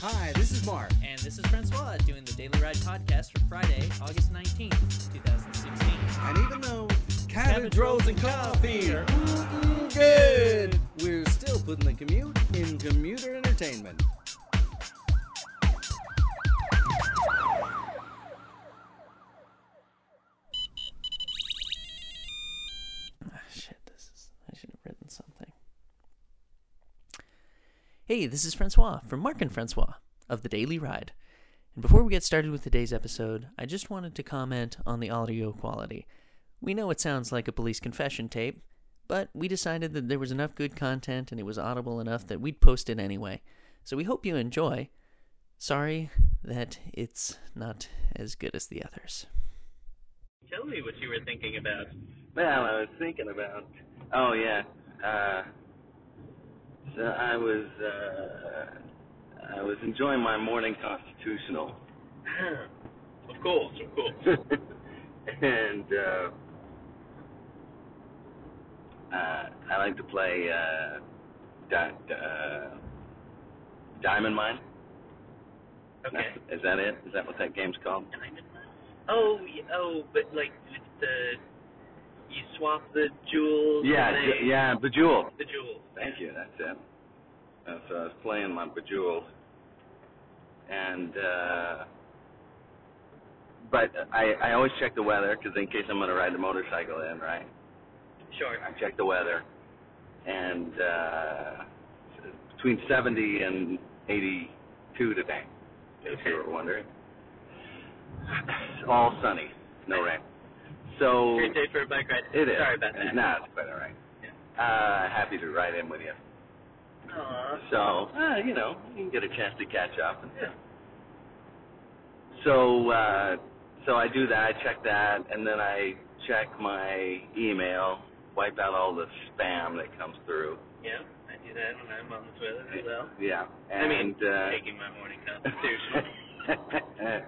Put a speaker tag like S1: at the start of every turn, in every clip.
S1: Hi, this is Mark.
S2: And this is Francois doing the Daily Ride podcast for Friday, August 19th, 2016.
S1: And even though
S2: Cabbage
S1: cabbage rolls and coffee are mm,
S2: good,
S1: good, we're still putting the commute in commuter entertainment.
S2: Ah, shit, this is. I should have written something. Hey, this is Francois from Mark and Francois of The Daily Ride. And before we get started with today's episode, I just wanted to comment on the audio quality. We know it sounds like a police confession tape, but we decided that there was enough good content and it was audible enough that we'd post it anyway. So we hope you enjoy. Sorry that it's not as good as the others.
S3: Tell me what you were thinking about.
S4: Well, I was thinking about. Oh yeah. Uh, so I was uh, I was enjoying my morning constitutional,
S3: of course, of course.
S4: and uh, uh, I like to play uh, di- uh, Diamond Mine.
S3: Okay.
S4: Is that it? Is that what that game's called?
S3: Oh, y- oh, but like it's the you swap the jewels.
S4: Yeah,
S3: and
S4: j-
S3: they-
S4: yeah, Bejeweled.
S3: The jewels.
S4: Thank you. That's it. Uh, so I was playing my Bejeweled, and uh, but I I always check the weather because in case I'm gonna ride the motorcycle in, right?
S3: Sure.
S4: I check the weather, and uh, between 70 and 82 today, if you were wondering. All sunny, no rain. So
S3: Great day for a bike ride.
S4: it is.
S3: Sorry about that.
S4: No, it's quite all right. Uh, happy to ride in with you.
S3: Aw.
S4: So, uh, you know, you can get a chance to catch up. And So, uh, so I do that. I check that, and then I check my email, wipe out all the spam that comes through.
S3: Yeah, I do that when I'm on the toilet as well.
S4: Yeah. And,
S3: I mean,
S4: uh,
S3: taking my morning constitution.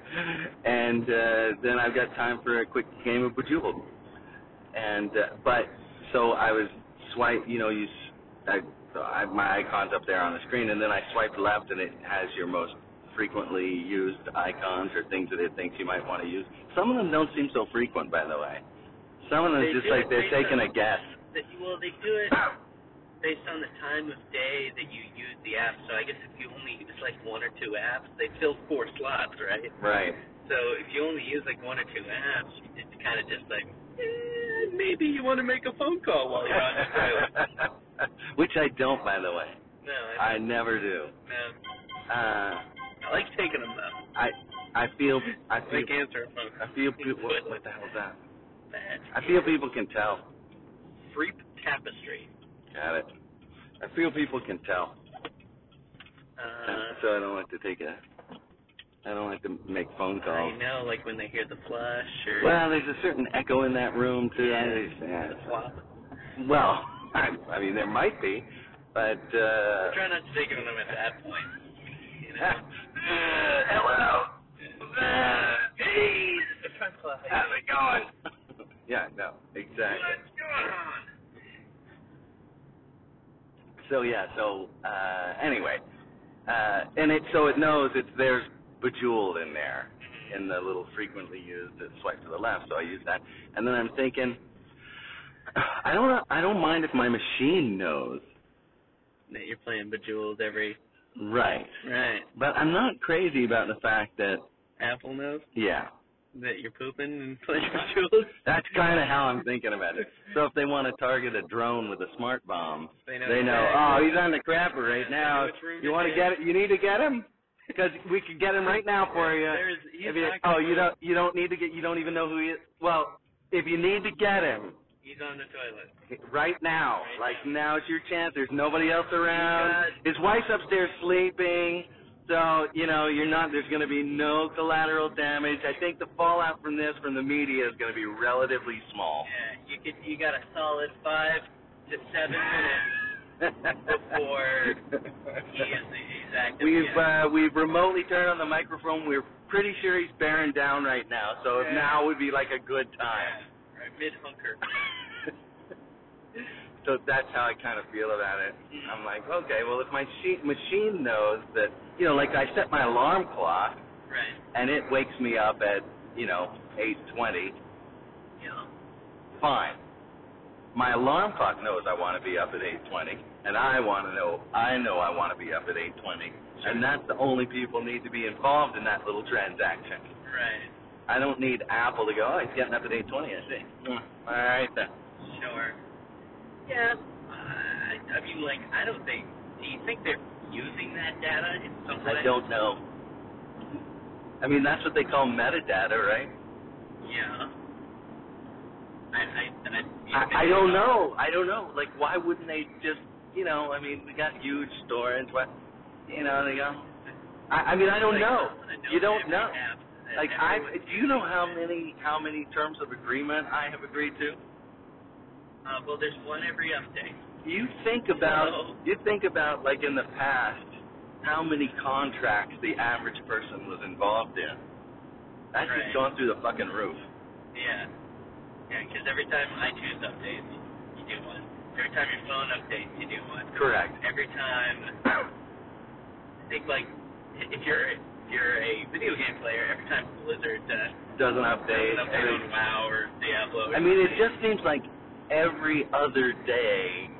S4: and uh, then I've got time for a quick game of Bejeweled. And uh, but so I was swipe, you know, you s- I, so I, my icons up there on the screen, and then I swiped left, and it has your most frequently used icons or things that it thinks you might want to use. Some of them don't seem so frequent, by the way. Some of them
S3: They
S4: just
S3: do
S4: like
S3: it
S4: they're
S3: based
S4: taking a
S3: on-
S4: guess.
S3: That you- well, they do it based on the time of day that you use the app. So I guess if you only use like one or two apps, they fill four slots, right?
S4: right.
S3: So if you only use like one or two apps, it's kind of just like eh, maybe you want to make a phone call while you're on the toilet.
S4: Which I don't, by the way.
S3: No,
S4: I
S3: I,
S4: never do.
S3: no,
S4: Uh,
S3: I like taking them though.
S4: I I feel I
S3: I
S4: feel
S3: like answering phone calls.
S4: I feel people. What, what the hell's that?
S3: That
S4: I feel people can tell.
S3: Freep tapestry.
S4: Got it. I feel people can tell.
S3: Uh,
S4: so I don't like to take a. I don't like to make phone calls.
S3: I know, like when they hear the flush or
S4: Well, there's a certain echo in that room too.
S3: Yeah.
S4: I- yeah.
S3: the flop.
S4: Well, I, I mean there might be, but. Uh,
S3: Try not to take them at that point. You know.
S4: hello. Uh, hey,
S3: Francois, how
S4: how's
S3: you
S4: it going? yeah. No.
S3: doing?
S4: Exactly.
S3: What's going on?
S4: So yeah, so uh anyway. Uh and it so it knows it's there's bejeweled in there in the little frequently used that swipe to the left, so I use that. And then I'm thinking I don't know, I don't mind if my machine knows.
S3: That you're playing Bejeweled every
S4: Right.
S3: right.
S4: But I'm not crazy about the fact that
S3: Apple knows.
S4: yeah.
S3: that you're pooping and playing with jewels.
S4: That's kind of how I'm thinking about it. So if they want to target a drone with a smart bomb,
S3: They know
S4: they know, oh,
S3: exactly.
S4: he's on the crapper right now.
S3: They know which room
S4: You
S3: it
S4: want
S3: is.
S4: to get it? You need to get him because we could get him right now for you.
S3: There's, he's
S4: If you,
S3: not
S4: oh,
S3: gonna-
S4: you don't you don't need to get you don't even know who he is. Well, if you need to get him
S3: He's on the toilet.
S4: right now,
S3: Right
S4: like now's your chance. There's nobody else around.
S3: You
S4: His wife's upstairs sleeping. So, you know, you're not there's going to be no collateral damage. I think the fallout from this from the media is going to be relatively small.
S3: Yeah, you could. You got a solid five to seven minutes before he is he's active.
S4: We've
S3: again.
S4: uh, we've remotely turned on the microphone. We're pretty sure he's bearing down right now. So if
S3: Yeah.
S4: uh, now would be like a good time.
S3: right, mid hunker.
S4: so that's how I kind of feel about it.
S3: Mm-hmm.
S4: I'm like, okay, well, if my she- machine knows that, you know, like I set my alarm clock
S3: Right.
S4: and it wakes me up at, you know, 8:20,
S3: Yeah.
S4: fine. My alarm clock knows I want to be up at 8:20, and I want to know, I know I want to be up at 8:20, and that's the only people need to be involved in that little transaction.
S3: Right.
S4: I don't need Apple to go, oh, he's getting up at 8:20, I see. Mm, all right then.
S3: Sure. Yeah. I I mean, like, I don't think. Do you think they're using that data in some way?
S4: I don't know. I mean, that's what they call metadata, right?
S3: Yeah. I, I, I,
S4: I, I don't know. I don't know. Like, why wouldn't they just, you know, I mean, we got huge storage. What, you know, they go. I, I mean, I don't
S3: Like,
S4: know.
S3: I wanna
S4: You don't
S3: every
S4: know.
S3: app that
S4: Like, I
S3: everyone
S4: do you know how
S3: uses.
S4: many how many terms of agreement I have agreed to?
S3: Uh, well, there's one every update.
S4: You think about
S3: No.
S4: you think about like in the past how many contracts the average person was involved in. That's
S3: Right.
S4: just gone through the fucking roof.
S3: Yeah. Yeah, because every time iTunes updates, you do one. Every time your phone updates, you do one.
S4: Correct.
S3: Every time, I think like if you're if you're a video game player, every time Blizzard uh,
S4: Doesn't update.
S3: does an update on WoW or Diablo. or
S4: I mean, it
S3: something,
S4: just seems like every other day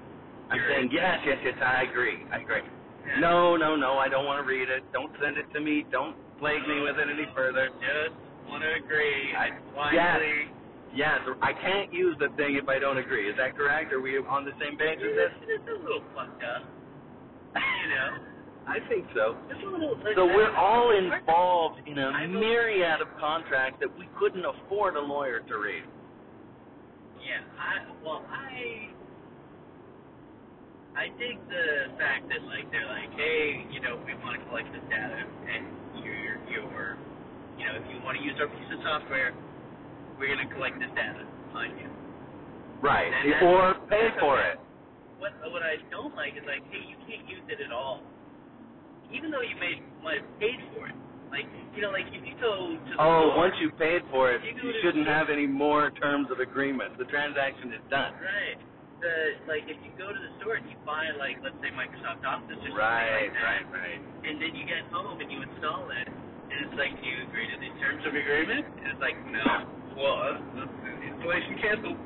S4: I'm
S3: You're-
S4: saying, yes, yes, yes, I agree. I agree.
S3: yeah.
S4: No, no, no, I don't want to read it. Don't send it to me. Don't plague
S3: Uh-huh.
S4: me with it any further.
S3: Just want to agree.
S4: I-
S3: blindly.
S4: Yes, I can't use the thing if I don't agree. Is that correct? Are we on the same page with this?
S3: It's, it's a little fucked up. You know.
S4: I think so.
S3: It's a little.
S4: So we're all
S3: Part-
S4: involved in a
S3: I don't-
S4: myriad of contracts that we couldn't afford a lawyer to read.
S3: Yeah, I well, I I dig the fact that like they're like, hey, you know, we want to collect this data, and you're you're you know, if you want to use our piece of software, we're gonna collect this data on you.
S4: Right.
S3: And that's-
S4: Or pay
S3: that's
S4: for
S3: okay.
S4: it.
S3: What what I don't like is like, hey, you can't use it at all, even though you may might have paid for it. Like you know, like if you go to the
S4: Oh,
S3: store,
S4: once you paid for it,
S3: You do
S4: you
S3: it
S4: shouldn't
S3: yourself.
S4: have any more terms of agreement. The transaction is done.
S3: Right. The like if you go to the store and you buy like let's say Microsoft Office or something
S4: Right,
S3: like that,
S4: right, right.
S3: and then you get home and you install it, and it's like, do you agree to the terms of agreement? And it's like, no. Well, uh, uh, installation canceled.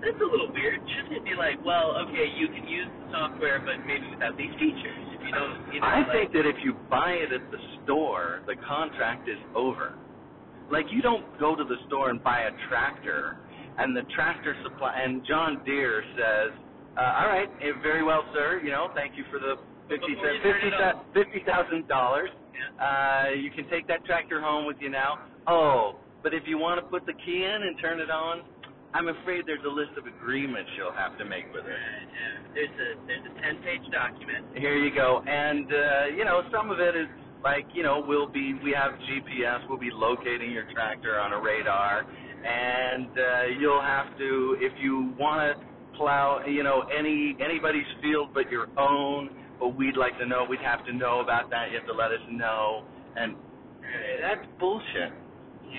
S3: That's a little weird. Shouldn't it be like, well, okay, you can use the software, but maybe without these features? If you don't, you know,
S4: I
S3: like,
S4: think that if you buy it at the store, the contract is over. Like you don't go to the store and buy a tractor, and the tractor supply and John Deere says, uh, "All right, eh, very well, sir. You know, thank you for the fifty
S3: Before you turn it on.
S4: fifty thousand dollars.
S3: Yeah.
S4: Uh, you can take that tractor home with you now. Oh, but if you want to put the key in and turn it on, I'm afraid there's a list of agreements you'll have to make with it."
S3: Right, uh, yeah. There's a there's a ten page document.
S4: Here you go. And uh, you know, some of it is like, you know, we'll be we have GPS, we'll be locating your tractor on a radar and uh, you'll have to if you want to plow, you know, any anybody's field but your own, but we'd like to know, we'd have to know about that. You have to let us know. And
S3: Right.
S4: that's bullshit.
S3: Yeah.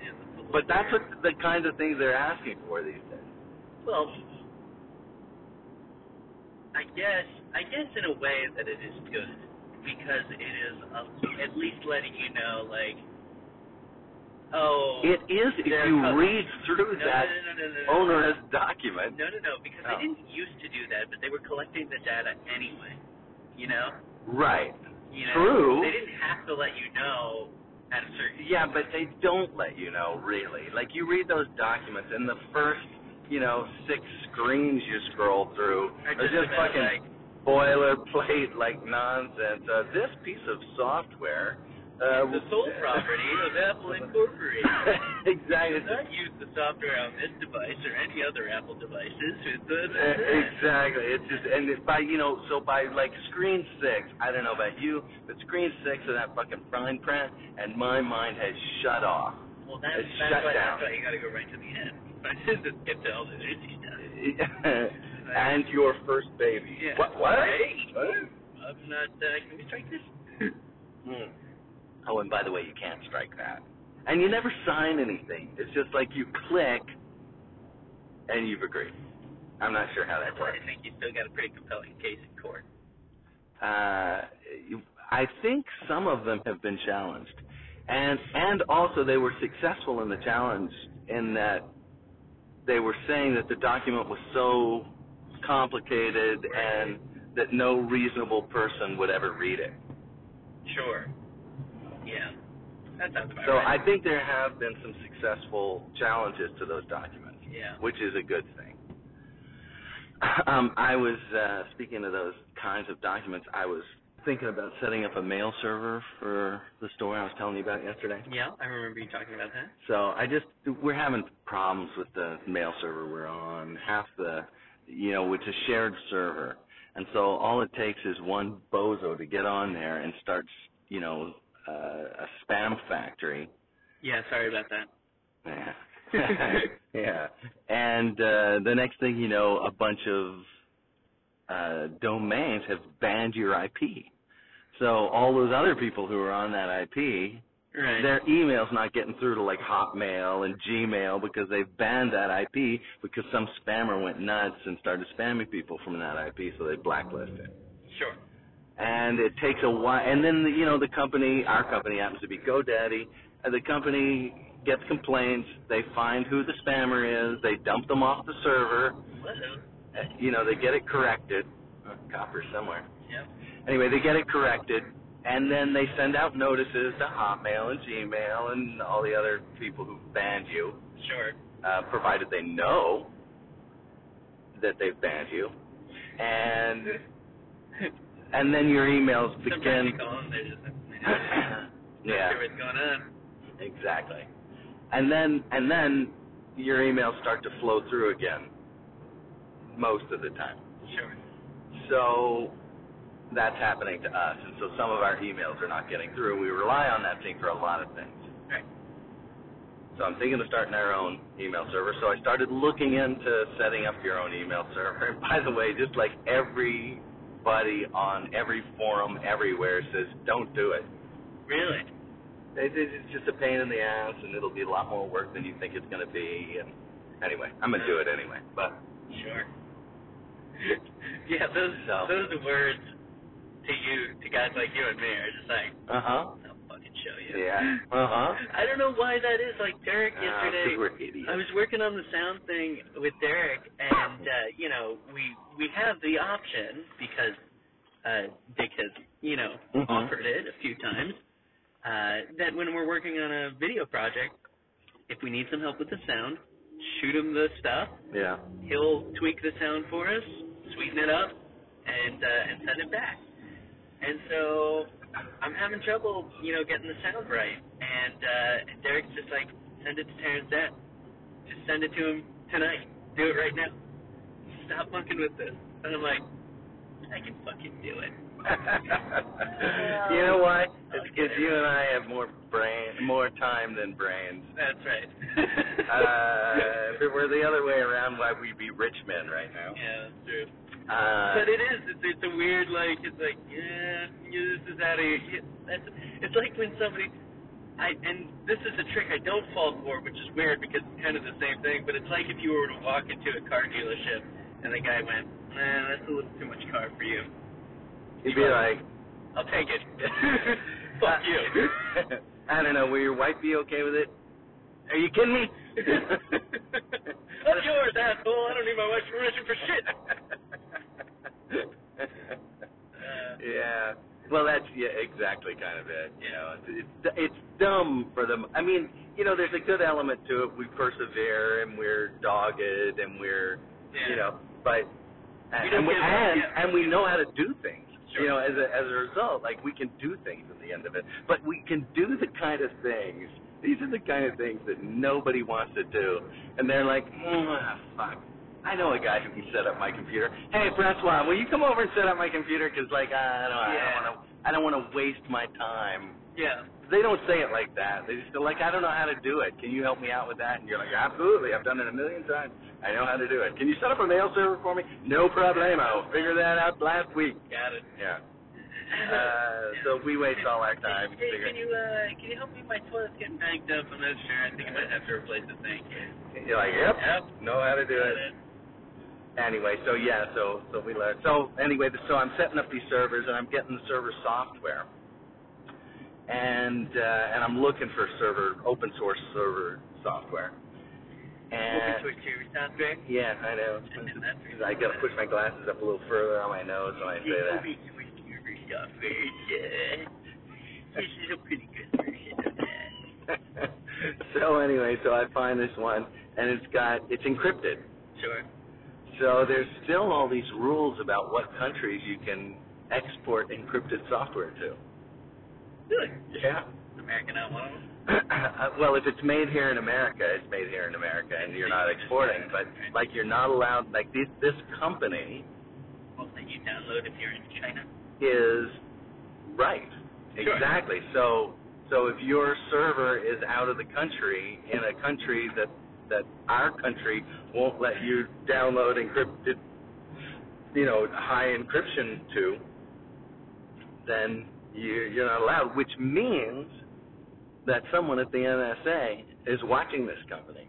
S3: It's a little
S4: But that's
S3: weird.
S4: what the kinds of things they're asking for these days.
S3: Well, I guess I guess in a way that it is good because it is uh, at least letting you know, like, oh,
S4: It is if
S3: they're
S4: you
S3: covered.
S4: read through
S3: no, no,
S4: that
S3: no, no, no, no,
S4: onerous document.
S3: No, no, no, because
S4: Oh.
S3: they didn't used to do that, but they were collecting the data anyway. You know,
S4: Right.
S3: you know,
S4: True.
S3: They didn't have to let you know at a certain.
S4: Yeah, but they don't let you know really. Like you read those documents, and the first, you know, six screens you scroll through
S3: I
S4: are just
S3: about,
S4: fucking
S3: like,
S4: boilerplate like nonsense. Uh, this piece of software. Uh,
S3: the sole property of Apple Incorporated.
S4: exactly.
S3: does not use the software on this device or any other Apple devices. It's the,
S4: Uh,
S5: Eh,
S4: Exactly. It's just and it's by you know so by like screen six. I don't know about you, but screen six of that fucking fine print, and my mind has shut off.
S3: Well, that's,
S4: It's
S3: that's,
S4: shut
S3: why,
S4: down.
S3: that's why you got to go right to the end. Just get to all the juicy stuff.
S4: and your first baby.
S3: Yeah.
S4: What? What?
S3: Hey.
S4: Huh?
S3: I'm not. Uh, can we strike this?
S4: Hmm. Oh, and by the way, you can't strike that. And you never sign anything. It's just like you click,
S5: and you've agreed. I'm not sure how that
S3: That's why
S5: works.
S3: I think you still got a pretty compelling case in court.
S5: Uh, you- I think some of them have been challenged, and and also they were successful in the challenge in that they were saying that the document was so complicated and that no reasonable person would ever read it.
S3: Sure. Yeah. That sounds about
S5: So I
S3: right.
S5: think there have been some successful challenges to those documents.
S3: Yeah.
S5: which is a good thing. Um, I was uh, speaking of those kinds of documents. I was thinking about setting up a mail server for the store I was telling you about yesterday.
S3: Yeah, I remember you talking about that.
S5: So I just we're having problems with the mail server we're on. Half the you know it's a shared server, and so all it takes is one bozo to get on there and starts you know uh, a spam factory
S3: Yeah, sorry about that.
S5: yeah. yeah. And uh, the next thing you know, a bunch of uh, domains have banned your IP. So all those other people who are on that IP,
S3: Right.
S5: their email's not getting through to like Hotmail and Gmail because they've banned that IP because some spammer went nuts and started spamming people from that IP, so they blacklisted
S3: Sure.
S5: and it takes a while. And then the, you know the company, our company happens to be GoDaddy. And the company gets complaints. They find who the spammer is. They dump them off the server.
S3: Listen.
S5: Uh, You know they get it corrected. Uh, Copper somewhere.
S3: Yep.
S5: Anyway, they get it corrected, and then they send out notices to Hotmail and Gmail and all the other people who banned you,
S3: Sure.
S5: uh, provided they know that they've banned you. And and then your emails
S3: Sometimes
S5: begin
S3: you call them, they're just they don't
S5: yeah,
S3: sure what's going on.
S5: exactly. And then and then your emails start to flow through again most of the time.
S3: Sure.
S5: So that's happening to us. And so some of our emails are not getting through. We rely on that thing for a lot of things.
S3: Right.
S5: So I'm thinking of starting our own email server. So I started looking into setting up your own email server. And by the way, just like everybody on every forum everywhere says, don't do it.
S3: Really?
S5: It- it- It's just a pain in the ass, and it'll be a lot more work than you think it's going to be. And anyway, I'm going to do it anyway. But
S3: Sure. yeah, those
S5: So.
S3: those words to you to guys like you and me are just like
S5: uh huh.
S3: I'll fucking show you.
S5: Yeah. Uh huh.
S3: I don't know why that is. Like Derek yesterday,
S5: Because we're idiots.
S3: I was working on the sound thing with Derek, and uh, you know, we we have the option because uh, Dick has you know
S5: Mhm.
S3: offered it a few times uh, that when we're working on a video project, if we need some help with the sound, shoot him the stuff.
S5: yeah.
S3: He'll tweak the sound for us, sweeten it up, and uh, and send it back. And so I'm having trouble, you know, getting the sound right. And uh, and Derek's just like, send it to Terrence Dad. Just send it to him tonight. Do it right now. Stop fucking with this. And I'm like, I can fucking do it.
S5: you know why? It's because you and I have more brain, more time than brains.
S3: That's right.
S5: Uh, if it were the other way around, why we'd be rich men right now.
S3: yeah, that's true.
S5: Uh,
S3: But it is. It's, it's a weird, like, it's like, yeah, yeah, this is out of your. Yeah, that's, it's like when somebody. I, and this is a trick I don't fall for, which is weird because it's kind of the same thing. But it's like if you were to walk into a car dealership and the guy went, "Man, that's a little too much car for you.
S5: Uh, you'd be like,
S3: I'll take it. Fuck you."
S5: I don't know. Will your wife be okay with it? Are you kidding me?
S3: That's yours, asshole. I don't need my wife's permission for shit. Uh,
S5: yeah. Well, that's yeah, exactly kind of it. You know, it's, it's it's dumb for them. I mean, you know, there's a good element to it. We persevere and we're dogged and we're
S3: yeah.
S5: you know, but
S3: We
S5: and,
S3: don't
S5: and, we,
S3: give up,
S5: and,
S3: yeah.
S5: and we know how to do things.
S3: Sure.
S5: You know, as a as a result, like we can do things at the end of it, but we can do the kind of things. These are the kind of things that nobody wants to do, and they're like, "Ah, fuck. I know a guy who can set up my computer. Hey, Francois, will you come over and set up my computer? Because like, I don't, I
S3: Yeah.
S5: don't want to, I don't want to waste my time.
S3: Yeah.
S5: They don't say it like that. They just go like, I don't know how to do it. Can you help me out with that? And you're like, absolutely. I've done it a million times. I know how to do it. Can you set up a mail server for me? No problemo. Figure that out last week.
S3: Got it.
S5: Yeah. Uh, so we waste all our time.
S3: Hey, can
S5: figuring-
S3: you uh, can you help me? My toilet's getting banked up. I'm not sure. I think I might have to replace the thing.
S5: You're like, yep,
S3: Yep.
S5: know how to do it. Anyway, so yeah, so so we learned. So anyway, so I'm setting up these servers and I'm getting the server software, and uh, and I'm looking for server open source server software.
S3: Open
S5: And
S3: source cherry software.
S5: yeah, I know. I gotta push my glasses up a little further on my nose when I say that.
S3: Open source cherry software. Yeah. This is a pretty good version of that.
S5: so anyway, so I find this one and it's got it's encrypted.
S3: Sure.
S5: So there's still all these rules about what countries you can export encrypted software to.
S3: Really?
S5: Yeah.
S3: American on one of them.
S5: Uh, well, if it's made here in America, it's made here in America, and you're not exporting. But like, you're not allowed. Like this, this company
S3: Well, that you download if you're in China.
S5: is right.
S3: Sure.
S5: Exactly. So, so if your server is out of the country in a country that that our country won't let you download encrypted, you know, high encryption to, then you, you're not allowed. Which means that someone at the NSA is watching this company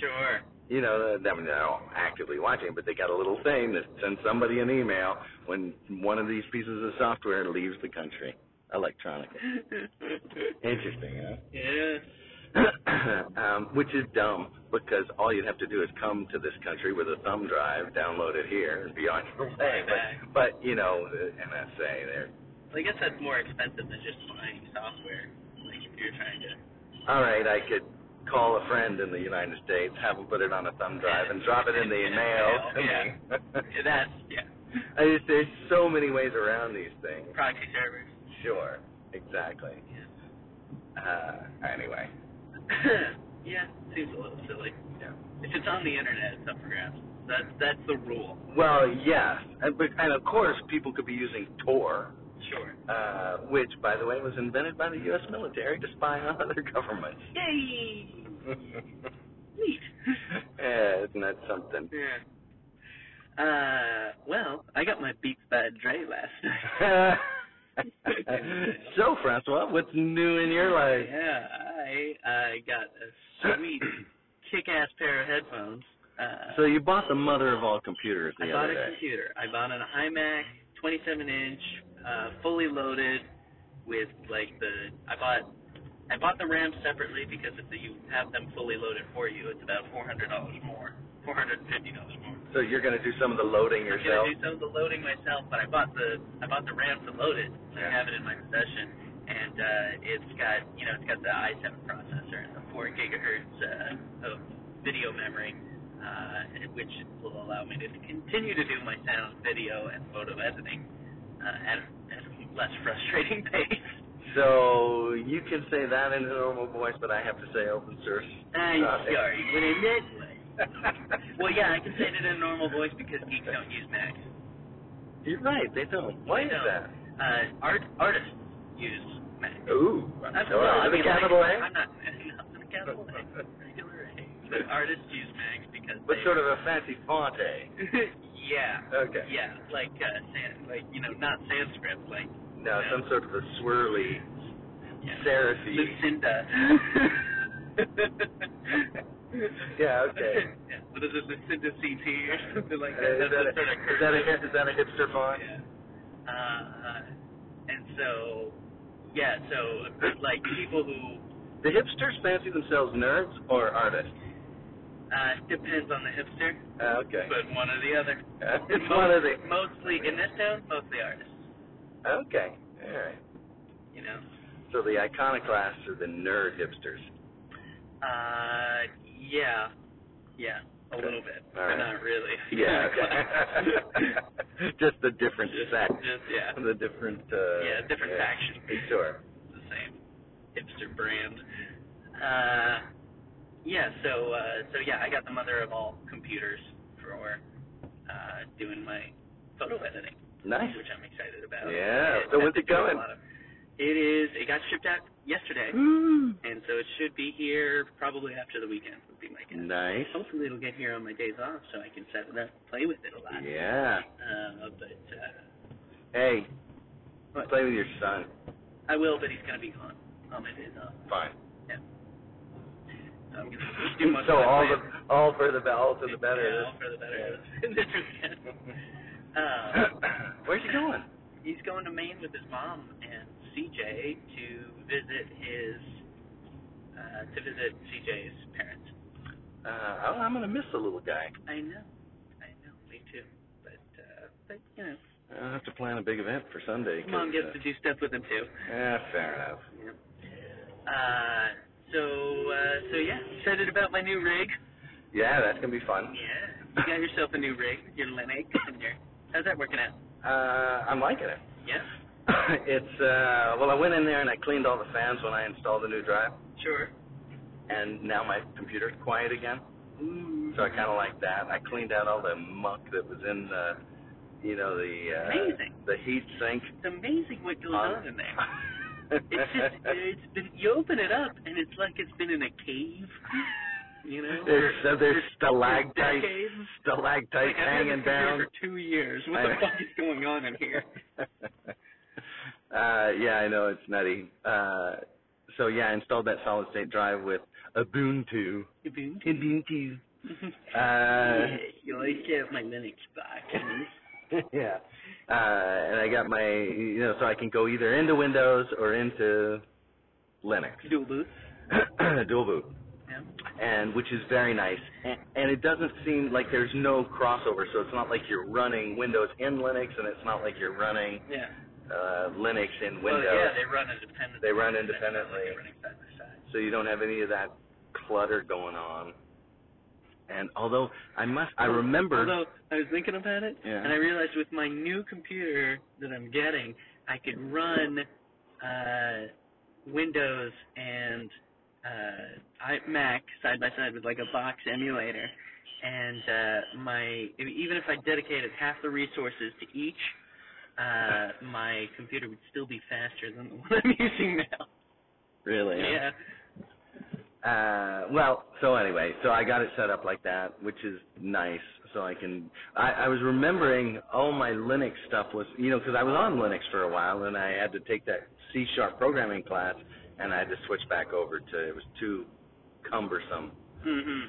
S3: Sure.
S5: you know, I mean, they're not actively watching, but they got a little thing that sends somebody an email when one of these pieces of software leaves the country electronically. Interesting,
S3: yeah.
S5: huh? um, which is dumb because all you'd have to do is come to this country with a thumb drive, download it here, and be on your way. But, but you know, uh, the NSA, they're
S3: Well, I guess that's more expensive than just buying software. Like if you're trying to.
S5: all right, I could call a friend in the United States, have them put it on a thumb drive, and drop it in the mail. to me.
S3: Yeah, that's yeah.
S5: I just, there's so many ways around these things.
S3: Proxy servers.
S5: Sure, exactly. Uh, anyway,
S3: yeah, seems a little silly.
S5: yeah.
S3: If it's on the internet, it's up for grabs. That's that's the rule.
S5: Well, yes, and, but, and of course, people could be using Tor,
S3: Sure.
S5: uh, which, by the way, was invented by the U.S. military to spy on other governments.
S3: Yay! Neat.
S5: yeah, Eh, isn't that something?
S3: yeah. Uh, well, I got my Beats by Dre last night.
S5: so, Francois, what's new in your life?
S3: Yeah, I I got a sweet kick-ass pair of headphones. Uh,
S5: So you bought the mother of all computers the
S3: I bought
S5: other
S3: a
S5: day.
S3: computer. I bought an iMac, 27 inch, uh, fully loaded, with like the. I bought. I bought the RAM separately because if you have them fully loaded for you, it's about four hundred dollars more, four hundred and fifty dollars more.
S5: So you're going to do some of the loading
S3: I'm
S5: yourself.
S3: gonna do some of the loading myself, but I bought the I bought the RAM to load it. So I
S5: Yeah.
S3: have it in my possession, and uh, it's got you know it's got the i7 processor and the four gigahertz uh, of video memory, uh, which will allow me to continue to do my sound, video, and photo editing uh, at, a, at a less frustrating pace.
S5: So you can say that in a normal voice, but I have to say open source.
S3: I'm
S5: Got it.
S3: sorry, but in that way. Well, yeah, I can say it in a normal voice because geeks don't use Macs.
S5: You're right. They don't. Why
S3: They
S5: is
S3: don't.
S5: that?
S3: Uh, art artists use Macs.
S5: Ooh.
S3: I'm,
S5: All
S3: well,
S5: right,
S3: I
S5: the
S3: mean,
S5: capital
S3: like,
S5: A?
S3: I'm not, I'm not a capital A. Regular A. But artists use Mags because
S5: But
S3: they,
S5: sort of a fancy font, eh?
S3: yeah,
S5: Okay.
S3: yeah, like uh, sans, like you know, not Sanskrit, like
S5: No,
S3: Yeah.
S5: some sort of a swirly,
S3: yeah.
S5: serif
S3: Lucinda.
S5: Yeah, okay.
S3: yeah. What is it, Lucinda CT or something like
S5: Uh,
S3: that?
S5: is, that a,
S3: That's the sort of
S5: is, that a,
S3: cursive.
S5: hip- is that a hipster font?
S3: Yeah. Uh, and so, yeah, so like people who
S5: The hipsters fancy themselves nerds or artists?
S3: uh, depends on the hipster.
S5: Uh, okay.
S3: But one or the other.
S5: Uh, it's one of the.
S3: Mostly in this town, mostly artists.
S5: Okay. All right.
S3: You know.
S5: So the iconoclasts are the nerd hipsters.
S3: Uh, yeah, yeah, a
S5: Okay.
S3: little bit,
S5: All
S3: but
S5: right.
S3: not really.
S5: Yeah. Okay. Just the different
S3: Just-
S5: sect.
S3: just- yeah.
S5: The different. Uh,
S3: Yeah, different faction.
S5: Sure.
S3: the same hipster brand. Uh, yeah, so uh, so yeah, I got the mother of all computers for uh, doing my photo editing,
S5: Nice.
S3: which I'm excited about.
S5: Yeah, so when's it
S3: that's
S5: going?
S3: a lot of- It is. It got shipped out yesterday, and so it should be here probably after the weekend. Would be my guess.
S5: Nice.
S3: Hopefully, it'll get here on my days off, so I can set it up, play with it a lot.
S5: Yeah.
S3: Uh, but uh,
S5: Hey,
S3: But
S5: Play with your son.
S3: I will, but he's gonna be gone. Um, it is, uh,
S5: Fine.
S3: I'm gonna do much.
S5: so
S3: of my
S5: all
S3: plan.
S5: the all for the be- all for the
S3: Yeah,
S5: better.
S3: all for the better. This weekend. Um,
S5: Where's he going?
S3: he's going to Maine with his mom and CJ to visit his uh, to visit CJ's parents.
S5: Uh, I- I'm gonna miss the little guy.
S3: I know, I know, me too. But uh, but you know,
S5: I'll have to plan a big event for Sunday.
S3: his mom
S5: 'cause,
S3: gets
S5: uh,
S3: to do stuff with him too.
S5: Yeah, fair enough.
S3: Uh, so uh, so yeah, excited about my new rig.
S5: Yeah, that's gonna be fun.
S3: Yeah, you got yourself a new rig, your Linux, and your how's that working out?
S5: Uh, I'm liking it.
S3: Yeah,
S5: it's uh, well, I went in there and I cleaned all the fans when I installed the new drive,
S3: sure.
S5: and now my computer's quiet again.
S3: Ooh,
S5: So I kind of like that. I cleaned out all the muck that was in the, you know, the uh,
S3: Amazing.
S5: the heat sink.
S3: it's amazing what goes
S5: Um,
S3: on in there. It's just, uh, it's been, you open it up and it's like it's been in a cave, you know?
S5: there's uh, there's
S3: For
S5: stalactites,
S3: decades.
S5: stalactites
S3: Like, I've been in
S5: hanging
S3: this computer
S5: down.
S3: For two years. What the
S5: I-
S3: fuck is going on in here?
S5: uh, yeah, I know it's nutty. Uh, so yeah, I installed that solid state drive with Ubuntu.
S3: Kaboom.
S5: Ubuntu.
S3: yeah,
S5: Uh,
S3: you always have my Linux back.
S5: yeah. Uh, and I got my, you know, so I can go either into Windows or into Linux,
S3: Dual boot.
S5: dual boot,
S3: Yeah.
S5: and which is very nice. And, and it doesn't seem like there's no crossover, so it's not like you're running Windows in Linux, and it's not like you're running
S3: yeah.
S5: uh, Linux in
S3: Well,
S5: Windows.
S3: yeah, they run independently.
S5: They run
S3: It's not like
S5: independently.
S3: They're running side by side.
S5: so you don't have any of that clutter going on. And although I must, I remember.
S3: Although I was thinking about it,
S5: Yeah.
S3: and I realized with my new computer that I'm getting, I could run uh, Windows and uh, I, Mac side by side with like a box emulator. And uh, my even if I dedicated half the resources to each, uh, my computer would still be faster than the one I'm using now.
S5: really?
S3: Yeah.
S5: Uh, well, so anyway, so I got it set up like that, which is nice. So I can. I, I was remembering all my Linux stuff was, you know, because I was on Linux for a while, and I had to take that C sharp programming class, and I had to switch back over to. It was too cumbersome,
S3: Mhm.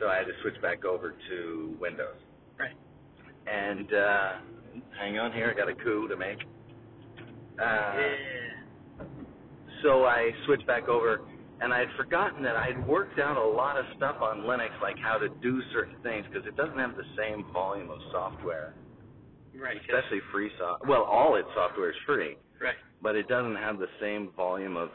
S5: so I had to switch back over to Windows.
S3: Right.
S5: And uh, hang on here, I got a coup to make. Uh,
S3: yeah.
S5: so I switched back over, and I had forgotten that I had worked out a lot of stuff on Linux, like how to do certain things, because it doesn't have the same volume of software,
S3: Right. 'cause-
S5: especially free software. Well, all its software is free,
S3: Right.
S5: but it doesn't have the same volume of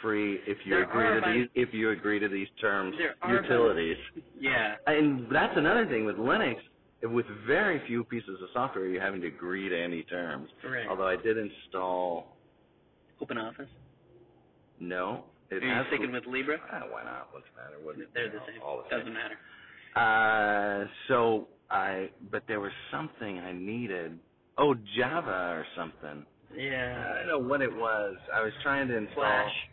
S5: free if you
S3: There
S5: agree
S3: are
S5: to
S3: about-
S5: these if you agree to these terms
S3: There are about-
S5: utilities.
S3: Yeah.
S5: And that's another thing with Linux. With very few pieces of software, you're having to agree to any terms.
S3: Right.
S5: Although I did install
S3: Open office.
S5: no. It
S3: Are you
S5: has-
S3: sticking with Libra?
S5: Ah, why not? What's the matter? What,
S3: They're
S5: you
S3: the
S5: know,
S3: same.
S5: All the
S3: Doesn't
S5: same.
S3: matter.
S5: Uh, so I, but there was something I needed. Oh, Java or something. I
S3: Yeah.
S5: don't know what it was. I was trying to install.
S3: Flash.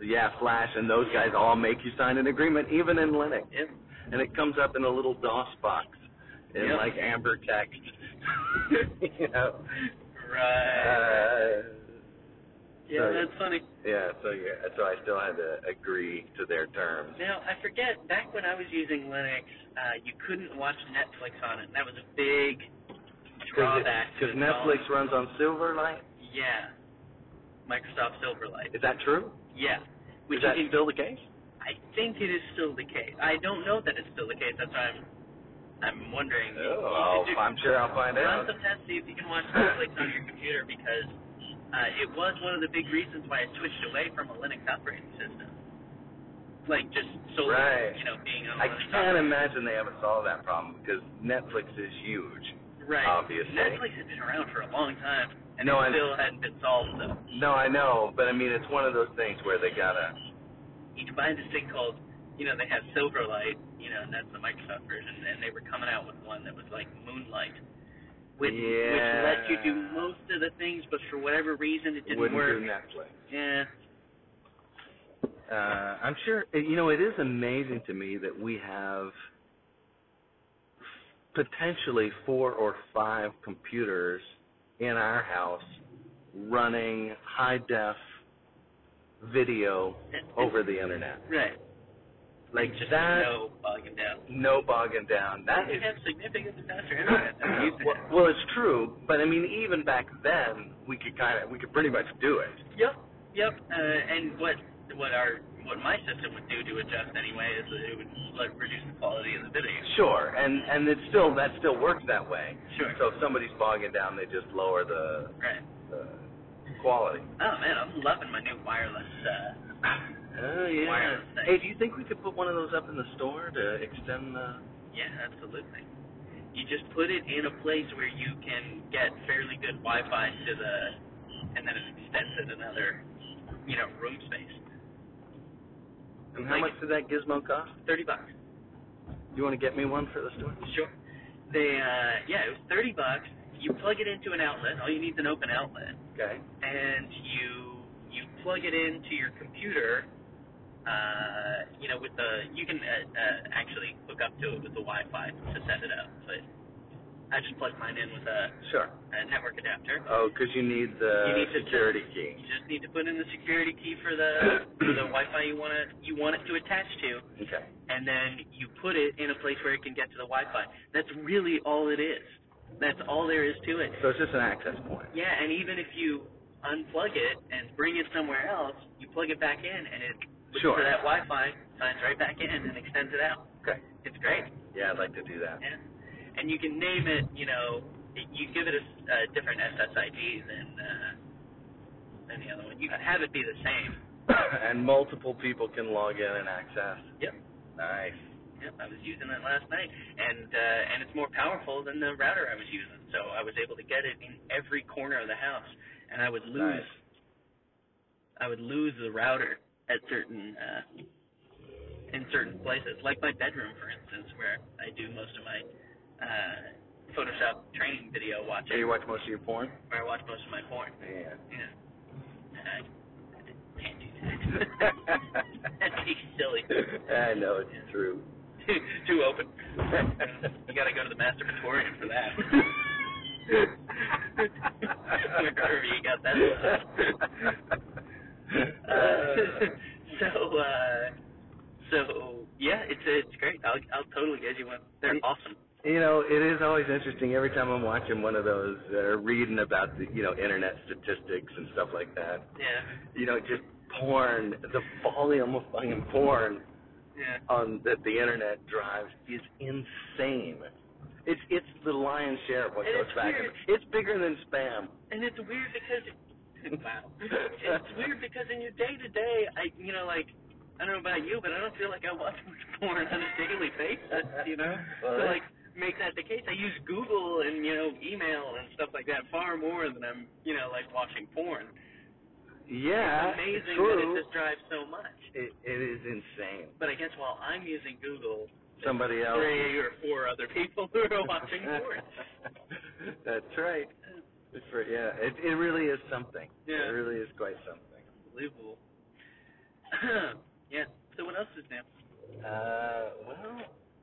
S5: Yeah, Flash, and those guys all make you sign an agreement, even in Linux.
S3: Yep.
S5: And it comes up in a little DOS box, in
S3: Yep.
S5: like amber text. you know.
S3: Right.
S5: Uh,
S3: yeah,
S5: so-
S3: that's funny.
S5: yeah. So yeah. So I still had to agree to their terms.
S3: Now I forget. Back when I was using Linux, uh, you couldn't watch Netflix on it. That was a big drawback. to
S5: Because
S3: the phone.
S5: Netflix runs on Silverlight.
S3: Yeah. Microsoft Silverlight.
S5: Is that true?
S3: Yeah. Which
S5: Is that
S3: you can-
S5: still the case?
S3: I think it is still the case. I don't know that it's still the case. That's why I'm I'm wondering. You- you should do-
S5: I'm sure Oh, I'll find
S3: Run
S5: out.
S3: some tests, see if you can watch Netflix on your computer because uh, it was one of the big reasons why I switched away from a Linux operating system. Like just so
S5: Right.
S3: you know being on a
S5: I
S3: Linux
S5: can't
S3: operating-
S5: imagine they haven't solved that problem because Netflix is huge.
S3: right.
S5: obviously.
S3: Netflix has been around for a long time and
S5: No,
S3: it
S5: I-
S3: still hadn't been solved though.
S5: No, I know, but I mean it's one of those things where they gotta.
S3: You combine this thing called you know they have Silverlight you know and that's the Microsoft version and they were coming out with one that was like Moonlight. Which, which
S5: Yeah.
S3: let you do most of the things, but for whatever reason it didn't
S5: wouldn't
S3: work.
S5: do Netflix.
S3: Yeah,
S5: Uh, I'm sure you know it is amazing to me that we have potentially four or five computers in our house running high def video over the internet.
S3: Right.
S5: Like
S3: just
S5: that,
S3: no bogging down.
S5: no bogging down. That
S3: you
S5: is
S3: have significantly faster internet than we used to
S5: well,
S3: have.
S5: well, it's true, but I mean, even back then, we could kind of, we could pretty much do it.
S3: Yep, yep. Uh, and what what our what my system would do to adjust anyway is that it would like, reduce the quality of the video.
S5: Sure, and and it still that still works that way.
S3: Sure.
S5: So if somebody's bogging down, they just lower the,
S3: Right.
S5: the quality.
S3: Oh man, I'm loving my new wireless. Uh,
S5: Oh yeah.
S3: Wireless thing.
S5: Hey, do you think we could put one of those up in the store to extend the?
S3: yeah, absolutely. You just put it in a place where you can get fairly good Wi-Fi to the, and then it extends it another, you know, room space.
S5: And how
S3: Like-
S5: much did that gizmo cost?
S3: Thirty bucks.
S5: You want to get me one for the store?
S3: Sure. They uh, yeah, it was thirty bucks. You plug it into an outlet. All you need is an open outlet.
S5: Okay.
S3: and you you plug it into your computer. Uh, you know, with the you can uh, uh, actually hook up to it with the Wi-Fi to set it up, but I just plugged mine in with a,
S5: Sure.
S3: a network adapter.
S5: Oh, because you need the
S3: You need to-
S5: security
S3: You
S5: key.
S3: just need to put in the security key for the for the Wi-Fi you want to you want it to attach to,
S5: Okay.
S3: and then you put it in a place where it can get to the Wi-Fi. That's really all it is. That's all there is to it.
S5: So it's just an access point.
S3: Yeah, and even if you unplug it and bring it somewhere else, you plug it back in and it looks
S5: Sure.
S3: for that Wi-Fi, signs right back in and extends it out.
S5: Okay.
S3: It's great.
S5: Yeah, I'd like to do that.
S3: Yeah. And you can name it, you know, it- you give it a, s- a different SSID than uh, than the other one. You can have it be the same.
S5: and multiple people can log in and access.
S3: Yep.
S5: Nice.
S3: Yep, I was using it last night, and uh, and it's more powerful than the router I was using. So I was able to get it in every corner of the house, and I would lose
S5: Nice.
S3: I would lose the router at certain uh, in certain places, like my bedroom, for instance, where I do most of my uh, Photoshop training video
S5: Do you
S3: watching,
S5: watch most of your porn?
S3: where I watch most of my porn.
S5: Yeah.
S3: Yeah, and I, I can't do that. That'd be silly.
S5: I know it's true.
S3: Too, too open. You gotta go to the masturbatorium for that. Wherever you got that stuff. Uh, so uh so yeah, it's it's great. I'll I'll totally get you one. They're awesome.
S5: you know, it is always interesting every time I'm watching one of those or reading about the you know internet statistics and stuff like that.
S3: Yeah.
S5: You know, just porn, the volume of fucking porn
S3: Yeah.
S5: on that the internet drives is insane. It's it's the lion's share of what
S3: And
S5: goes
S3: it's
S5: back.
S3: weird.
S5: in- It's bigger than spam.
S3: And it's weird because wow. It's weird because in your day to day I you know, like I don't know about you, but I don't feel like I watch much porn on a daily basis, you know?
S5: Well,
S3: to like make that the case. I use Google and you know email and stuff like that far more than I'm you know like watching porn.
S5: yeah,
S3: it's amazing that it
S5: true.
S3: just drives so much.
S5: It, it is insane.
S3: But I guess while I'm using Google,
S5: Somebody else.
S3: three or four other people who are watching porn.
S5: That's right. It's for- yeah, it it really is something.
S3: Yeah.
S5: It really is quite something.
S3: Unbelievable. yeah. So what else is new?
S5: Uh, well,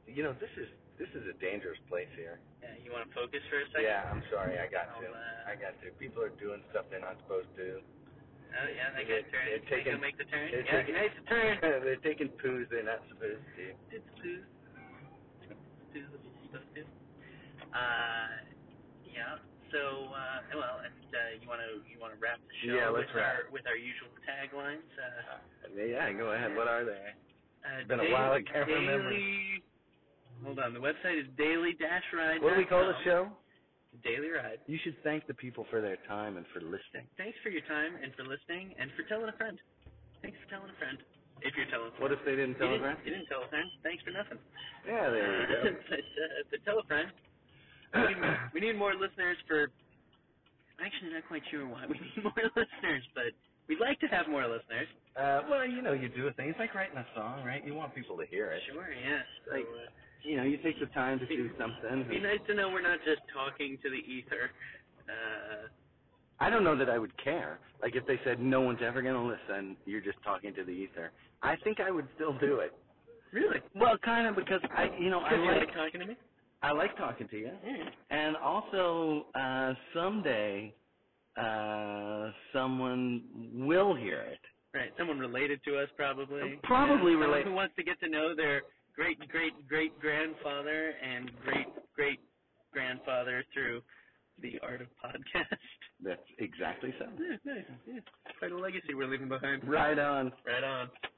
S5: you know, this is this is a dangerous place here.
S3: Yeah, you want to focus for a second?
S5: Yeah, I'm sorry, I got
S3: I'll,
S5: to.
S3: uh,
S5: I got to. People are doing stuff they're not supposed to.
S3: Oh yeah, they
S5: They're-
S3: got turn.
S5: they're
S3: They
S5: taking-
S3: can make the turn.
S5: they're
S3: Yeah,
S5: taking-
S3: make the turn.
S5: they're taking poos they're not supposed to.
S3: It's two. Two little stuff too. Uh, yeah. So uh, well, if, uh, you want to you want to wrap the show
S5: Yeah, let's
S3: with
S5: wrap.
S3: our with our usual taglines. Uh,
S5: Uh, yeah, go ahead. What are they?
S3: uh,
S5: It's been a
S3: daily,
S5: while, I can't
S3: daily,
S5: remember.
S3: Hold on, the website is daily-ride.
S5: What do we call the show?
S3: Daily Ride.
S5: You should thank the people for their time and for listening.
S3: Thanks for your time and for listening and for telling a friend. Thanks for telling a friend. If you're telling a friend.
S5: What if they didn't
S3: You
S5: tell a
S3: didn't,
S5: friend?
S3: you didn't tell a friend. Thanks for nothing.
S5: Yeah, there you
S3: but, uh, but tell a friend.
S5: go.
S3: We need, we need more listeners for. Actually, not quite sure why we need more listeners, but we'd like to have more listeners.
S5: Uh, well, you know, you do a thing. It's like writing a song, right? You want people to hear it.
S3: Sure, yeah. So,
S5: Like-
S3: uh,
S5: You know, you take the time to do something.
S3: it'd be nice to know we're not just talking to the ether. Uh,
S5: I don't know that I would care. Like if they said no one's ever going to listen, you're just talking to the ether. I think I would still do it.
S3: really?
S5: Well, kind of because I, you know, I
S3: Because you
S5: like
S3: like talking to me?
S5: I like talking to you,
S3: Yeah.
S5: and also uh someday uh, someone will hear it.
S3: Right, someone related to us probably.
S5: Uh, Probably
S3: Yeah, someone
S5: relate-
S3: Who wants to get to know their great great great grandfather and great great grandfather through the art of podcast.
S5: That's exactly so.
S3: Mm-hmm. yeah, nice. Yeah, quite a legacy we're leaving behind.
S5: Right on.
S3: Right on.